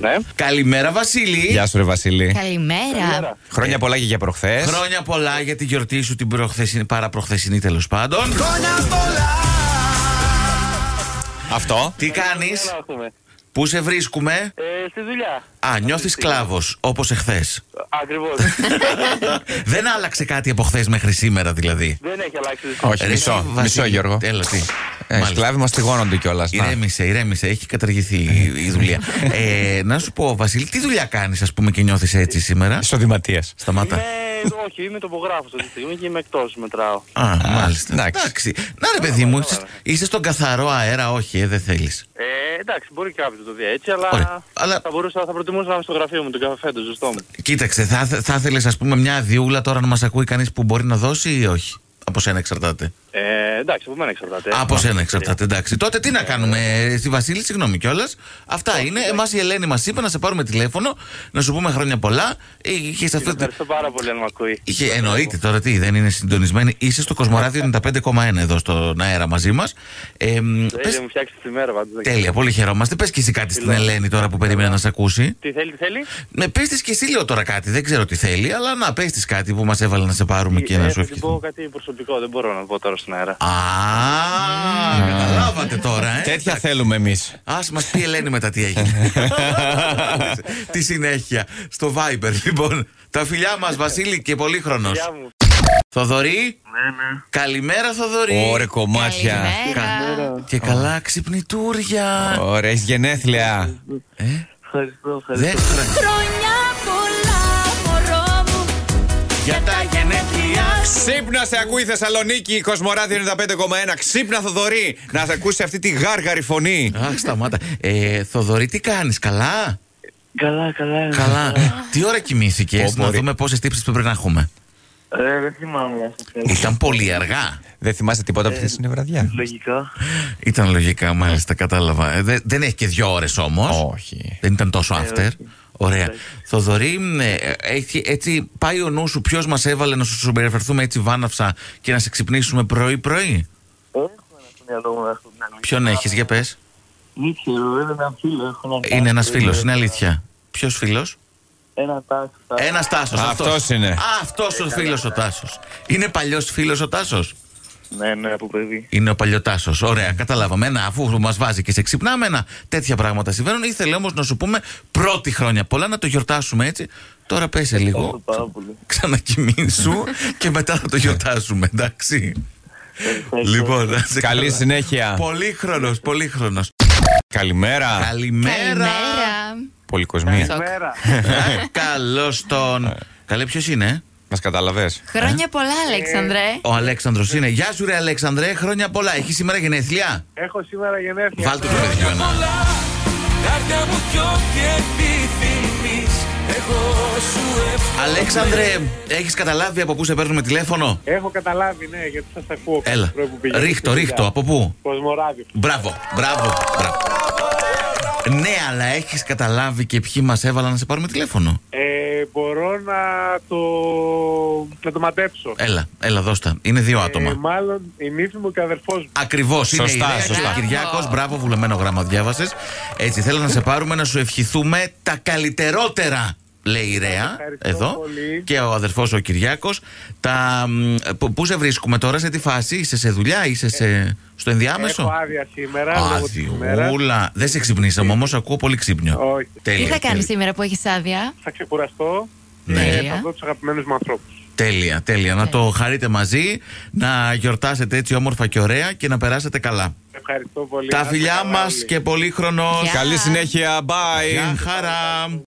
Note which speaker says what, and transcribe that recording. Speaker 1: Ναι.
Speaker 2: Καλημέρα, Βασίλη.
Speaker 3: Γεια σου, ρε Βασίλη.
Speaker 4: Καλημέρα.
Speaker 1: Καλημέρα.
Speaker 3: Χρόνια πολλά και για προχθές.
Speaker 2: Χρόνια πολλά για τη γιορτή σου την προχθεσινή, παραπροχθεσινή τέλος πάντων.
Speaker 3: Αυτό.
Speaker 2: Τι κάνεις,
Speaker 1: Καλά έχουμε.
Speaker 2: Πού σε βρίσκουμε.
Speaker 1: Ε, στη δουλειά.
Speaker 2: Α, νιώθεις κλάβος, όπως εχθές.
Speaker 1: Ακριβώς.
Speaker 2: Δεν άλλαξε κάτι από χθες μέχρι σήμερα, δηλαδή.
Speaker 1: Δεν έχει αλλάξει.
Speaker 3: Όχι,
Speaker 2: Ρε,
Speaker 3: μισό.
Speaker 2: Βασίλη,
Speaker 3: Μισό, Γιώργο.
Speaker 2: Έλα, τι.
Speaker 3: Ε,
Speaker 2: Μάλιστα.
Speaker 3: σκλάβοι μα τηγώνονται κιόλα.
Speaker 2: Ηρέμησε, ηρέμησε. Έχει καταργηθεί η- η δουλεία. ε, να σου πω, Βασίλη, τι δουλειά κάνεις, ας πούμε, και νιώθεις έτσι σήμερα.
Speaker 3: Ισοδηματία.
Speaker 2: Σταμάτα.
Speaker 1: Είμαι, Ε, όχι, είμαι τοπογράφος αυτή τη στιγμή και είμαι εκτός, μετράω.
Speaker 2: Α, μάλιστα.
Speaker 3: εντάξει.
Speaker 2: Εντάξει. Να ρε, παιδί μου, είσαι- είσαι στον καθαρό αέρα, όχι, ε, δεν θέλεις.
Speaker 1: Ε, εντάξει, μπορεί κάποιος να το δει έτσι, αλλά,
Speaker 2: Ωραία. Αλλά-
Speaker 1: θα, μπορούσα, θα προτιμούσα να είμαι στο γραφείο μου, τον καφέ, το ζωστό μου.
Speaker 2: Κοίταξε, θα, θα ήθελε, ας πούμε, μια αδειούλα τώρα να μας ακούει κανείς που μπορεί να δώσει ή όχι. Από σένα εξαρτάται.
Speaker 1: Ε, εντάξει, από μένα εξαρτάται.
Speaker 2: Από
Speaker 1: Ε,
Speaker 2: σένα εξαρτάται, εντάξει. Τότε τι να κάνουμε, ε, στη Βασίλη, συγγνώμη κιόλας. Αυτά είναι. Εμάς η Ελένη μας είπε να σε πάρουμε τηλέφωνο, να σου πούμε χρόνια πολλά. Ε, είχες
Speaker 1: Την
Speaker 2: αυτό.
Speaker 1: Ευχαριστώ πάρα πολύ αν με ακούει.
Speaker 2: Είχε, εννοείται τώρα τι, δεν είναι συντονισμένη. Είσαι στο Κοσμοράδιο 95,1 εδώ στον αέρα μαζί μας. Ε, μ, πες-
Speaker 1: Τέλεια, μου φτιάξεις τη μέρα, πάντως.
Speaker 2: τέλεια, πολύ χαιρόμαστε. Πες και εσύ κάτι στην Ελένη τώρα που περίμενε να σε ακούσει.
Speaker 1: Τι θέλει, τι θέλει.
Speaker 2: Ναι, πες της και εσύ λέω τώρα κάτι. Δεν ξέρω τι θέλει, αλλά να πες της κάτι που μας έβαλε να σε πάρουμε και
Speaker 1: Ε,
Speaker 2: να
Speaker 1: θα
Speaker 2: σου
Speaker 1: την πω
Speaker 2: ευχηθούμε.
Speaker 1: κάτι προσωπικό, δεν μπορώ να πω τώρα στον αέρα.
Speaker 2: Α, καταλάβατε τώρα, ε.
Speaker 3: Τέτοια θέλουμε εμείς.
Speaker 2: Ας μας πει η Ελένη μετά τι έγινε. τη συνέχεια. Στο Viber, λοιπόν. Τα φιλιά μας, Βασίλη, και πολύχρονος.
Speaker 1: Γεια μου.
Speaker 2: Θοδωρή. Καλημέρα, Θοδωρή.
Speaker 3: Ωραία κομμάτια.
Speaker 4: Καλημέρα.
Speaker 2: Και καλά ξυπνητούρια.
Speaker 3: Ωραία, έχεις γενέθλια.
Speaker 1: Ευχαριστώ, ευχαριστώ.
Speaker 2: Δεύτερα.
Speaker 4: Χρόνια πολλά, μωρό μου.
Speaker 2: Για τα γενέθλιά σου.
Speaker 3: Ξύπνα σε ακούει η Θεσσαλονίκη, Κοσμοράδιο 95,1. Ξύπνα, Θοδωρή, να σε ακούσει αυτή τη γάργαρη φωνή.
Speaker 2: Αχ, σταμάτα. Ε, Θοδωρή, τι κάνεις, καλά.
Speaker 1: Καλά, καλά.
Speaker 2: Καλά. Τι ώρα κοιμήθηκες,
Speaker 3: Ω,
Speaker 2: να
Speaker 3: μπορεί.
Speaker 2: δούμε πόσες τύψεις πρέπει να έχουμε.
Speaker 1: Ε, δεν θυμάμαι.
Speaker 2: Ήταν πολύ αργά.
Speaker 3: Δεν θυμάσαι τίποτα από την βραδιά.
Speaker 1: Λογικά.
Speaker 2: Ήταν λογικά, μάλιστα, κατάλαβα. Ε, δε- δεν έχει και δύο ώρες όμως.
Speaker 3: Όχι.
Speaker 2: Δεν ήταν τόσο
Speaker 1: Ε,
Speaker 2: after. Ωραία. Θοδωρή, ε, ε, έχει- έτσι πάει ο νους σου ποιος μας έβαλε να σου συμπεριφερθούμε έτσι βάναυσα και να σε ξυπνήσουμε πρωί-πρωί.
Speaker 1: Έχω ένα στο μυαλό μου αυτό την αλήθεια.
Speaker 2: Ποιον έχεις, για πες.
Speaker 1: Δεν ξέρω, είναι ένα φίλο. Έχω να
Speaker 2: Είναι ναι. ένα
Speaker 1: ε.
Speaker 2: φίλος, είναι αλήθεια. Ποιος φίλος?
Speaker 1: Ένα τάξη.
Speaker 2: Ένας Τάσος.
Speaker 3: Αυτός είναι.
Speaker 2: Αυτός ο φίλος ο Τάσος. Είναι παλιός φίλος ο Τάσος.
Speaker 1: Ναι, ναι, από παιδί.
Speaker 2: Είναι ο παλιό Τάσο. Ωραία, καταλάβαμε. Ένα, αφού μας βάζει και σε ξυπνάμε, ένα, τέτοια πράγματα συμβαίνουν. Ήθελε όμως να σου πούμε πρώτη χρόνια πολλά να το γιορτάσουμε έτσι. Τώρα πέσε λίγο.
Speaker 1: πάρα πολύ.
Speaker 2: Ξανακοιμήσου και μετά θα το γιορτάσουμε, εντάξει. Λοιπόν, να σε
Speaker 3: Καλή
Speaker 2: καλά.
Speaker 3: συνέχεια.
Speaker 2: Πολύχρονος, πολύχρονος.
Speaker 3: Καλημέρα.
Speaker 2: Καλημέρα.
Speaker 4: Καλημέρα.
Speaker 3: Πολυκοσμία.
Speaker 1: Μέρα.
Speaker 2: Καλώς τον. Καλέ, ποιος είναι, ε?
Speaker 3: Μα καταλαβέ.
Speaker 4: Χρόνια πολλά, Αλέξανδρε.
Speaker 2: Ο Αλέξανδρος είναι. Γεια σου, ρε Αλέξανδρε. Χρόνια πολλά. Έχει σήμερα γενέθλια.
Speaker 1: Έχω σήμερα γενέθλια.
Speaker 2: Βάλτε το παιδιό ένα. Αλέξανδρε, έχεις καταλάβει από πού σε παίρνουμε τηλέφωνο.
Speaker 5: Έχω καταλάβει, ναι, γιατί σας ακούω. κάθε
Speaker 2: Έλα.
Speaker 5: πρωί που πηγαίνω
Speaker 2: Ρίχτο,
Speaker 5: στη δουλειά.
Speaker 2: ρίχτο. Από πού.
Speaker 5: Κοσμοράδιο.
Speaker 2: Μπράβο, μπράβο, μπράβο. Ναι, αλλά έχεις καταλάβει και ποιοι μας έβαλαν να σε πάρουμε τηλέφωνο.
Speaker 5: Ε, μπορώ να το, να το μαντέψω.
Speaker 2: Έλα, έλα, δώστα. Είναι δύο
Speaker 5: Ε,
Speaker 2: άτομα.
Speaker 5: μάλλον η νύφη μου και ο αδερφός μου.
Speaker 2: Ακριβώς, είναι η
Speaker 3: Σωστά,
Speaker 2: Ρέα
Speaker 3: σωστά.
Speaker 2: και ο Κυριάκος. Μπράβο, βουλεμένο γράμμα διάβασες. Έτσι, θέλω να σε πάρουμε να σου ευχηθούμε τα καλυτερότερα, λέει η Ρέα.
Speaker 5: Ευχαριστώ
Speaker 2: Εδώ.
Speaker 5: πολύ.
Speaker 2: Και ο αδερφός ο Κυριάκος. Τα... μ, π- Πού σε βρίσκουμε τώρα, σε τι φάση, είσαι σε δουλειά, είσαι σε... στο
Speaker 5: Έχω
Speaker 2: ενδιάμεσο.
Speaker 5: άδεια σήμερα. λόγω της ημέρας.
Speaker 2: Αδιούλα. Δεν σε ξυπνήσαμε όμως, ακούω πολύ ξύπνιο.
Speaker 5: Όχι.
Speaker 2: Τέλεια.
Speaker 4: Τι θα κάνει
Speaker 2: τέλεια.
Speaker 4: σήμερα που έχεις άδεια.
Speaker 5: Θα ξεκουραστώ.
Speaker 2: Ναι.
Speaker 5: Ε, θα δω τους αγαπημένους μου ανθρώπους.
Speaker 2: Τέλεια, τέλεια.
Speaker 4: Ναι.
Speaker 2: Να το χαρείτε μαζί, να γιορτάσετε έτσι όμορφα και ωραία και να περάσετε καλά.
Speaker 5: Ευχαριστώ πολύ.
Speaker 2: Τα
Speaker 5: Να είστε
Speaker 2: φιλιά
Speaker 5: καλά
Speaker 2: μας
Speaker 5: όλοι.
Speaker 2: και πολύ χρόνος.
Speaker 4: Γεια.
Speaker 3: Καλή συνέχεια. Bye.
Speaker 2: Γεια χαρά.